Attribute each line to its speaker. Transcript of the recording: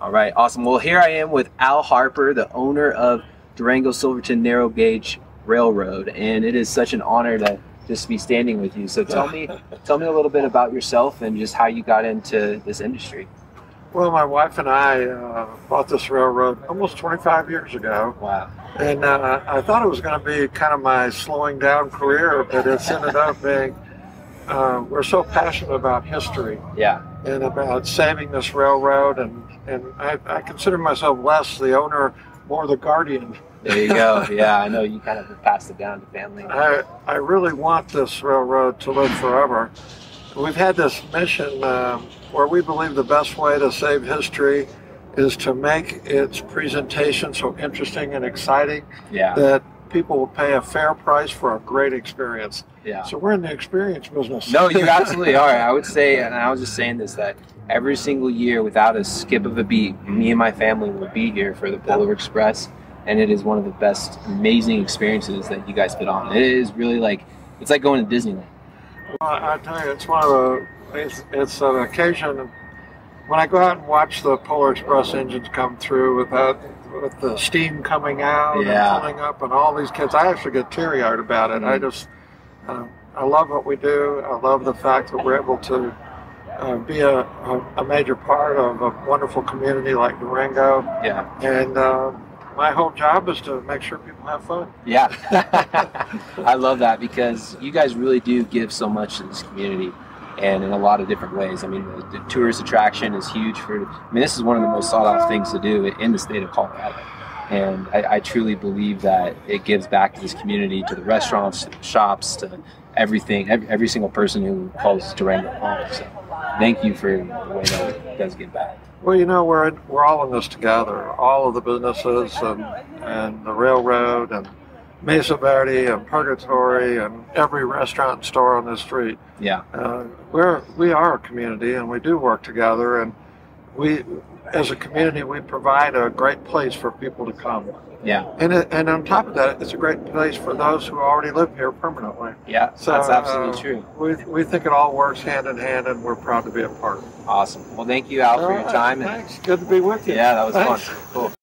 Speaker 1: All right, awesome. Well, here I am with Al Harper, the owner of Durango Silverton Narrow Gauge Railroad, and it is such an honor to just be standing with you. So tell me, tell me a little bit about yourself and just how you got into this industry.
Speaker 2: Well, my wife and I uh, bought this railroad almost 25 years ago,
Speaker 1: Wow.
Speaker 2: and uh, I thought it was going to be kind of my slowing down career, but it's ended up being. Uh, we're so passionate about history
Speaker 1: Yeah.
Speaker 2: and about saving this railroad, and and I, I consider myself less the owner, more the guardian.
Speaker 1: There you go. Yeah, I know you kind of passed it down to family.
Speaker 2: I I really want this railroad to live forever. We've had this mission um, where we believe the best way to save history is to make its presentation so interesting and exciting
Speaker 1: Yeah.
Speaker 2: that people will pay a fair price for a great experience.
Speaker 1: Yeah.
Speaker 2: So we're in the experience business.
Speaker 1: No, you absolutely are. I would say, and I was just saying this that every single year, without a skip of a beat, me and my family will be here for the Polar Express, and it is one of the best, amazing experiences that you guys put on. It is really like it's like going to Disneyland.
Speaker 2: Well, I tell you, it's one of the it's, it's an occasion of- when I go out and watch the Polar Express engines come through with that with the steam coming out
Speaker 1: Yeah.
Speaker 2: and filling up and all these kids. I actually get teary eyed about it. I just um, I love what we do. I love the fact that we're able to uh, be a, a, a major part of a wonderful community like Durango.
Speaker 1: Yeah,
Speaker 2: And uh, my whole job is to make sure people have fun.
Speaker 1: yeah. I love that because you guys really do give so much to this community. And in a lot of different ways. I mean, the, the tourist attraction is huge for. I mean, this is one of the most sought out things to do in the state of Colorado. and I, I truly believe that it gives back to this community, to the restaurants, to the shops, to everything, every, every single person who calls Durango home. So, thank you for the way that it does give back.
Speaker 2: Well, you know, we're in, we're all in this together. All of the businesses and and the railroad and Mesa Verde and Purgatory and every restaurant and store on the street.
Speaker 1: Yeah,
Speaker 2: Uh, we're we are a community and we do work together and we as a community we provide a great place for people to come.
Speaker 1: yeah,
Speaker 2: And it, and on top of that, it's a great place for those who already live here permanently.
Speaker 1: yeah.
Speaker 2: So,
Speaker 1: that's absolutely
Speaker 2: uh,
Speaker 1: true.
Speaker 2: We, we think it all works hand in hand, and we're proud to be a part.
Speaker 1: Awesome. Well, thank you, Al, for
Speaker 2: All
Speaker 1: your
Speaker 2: right,
Speaker 1: time. And,
Speaker 2: Thanks. Good to be with you.
Speaker 1: yeah, that was
Speaker 2: Thanks.
Speaker 1: fun. Cool.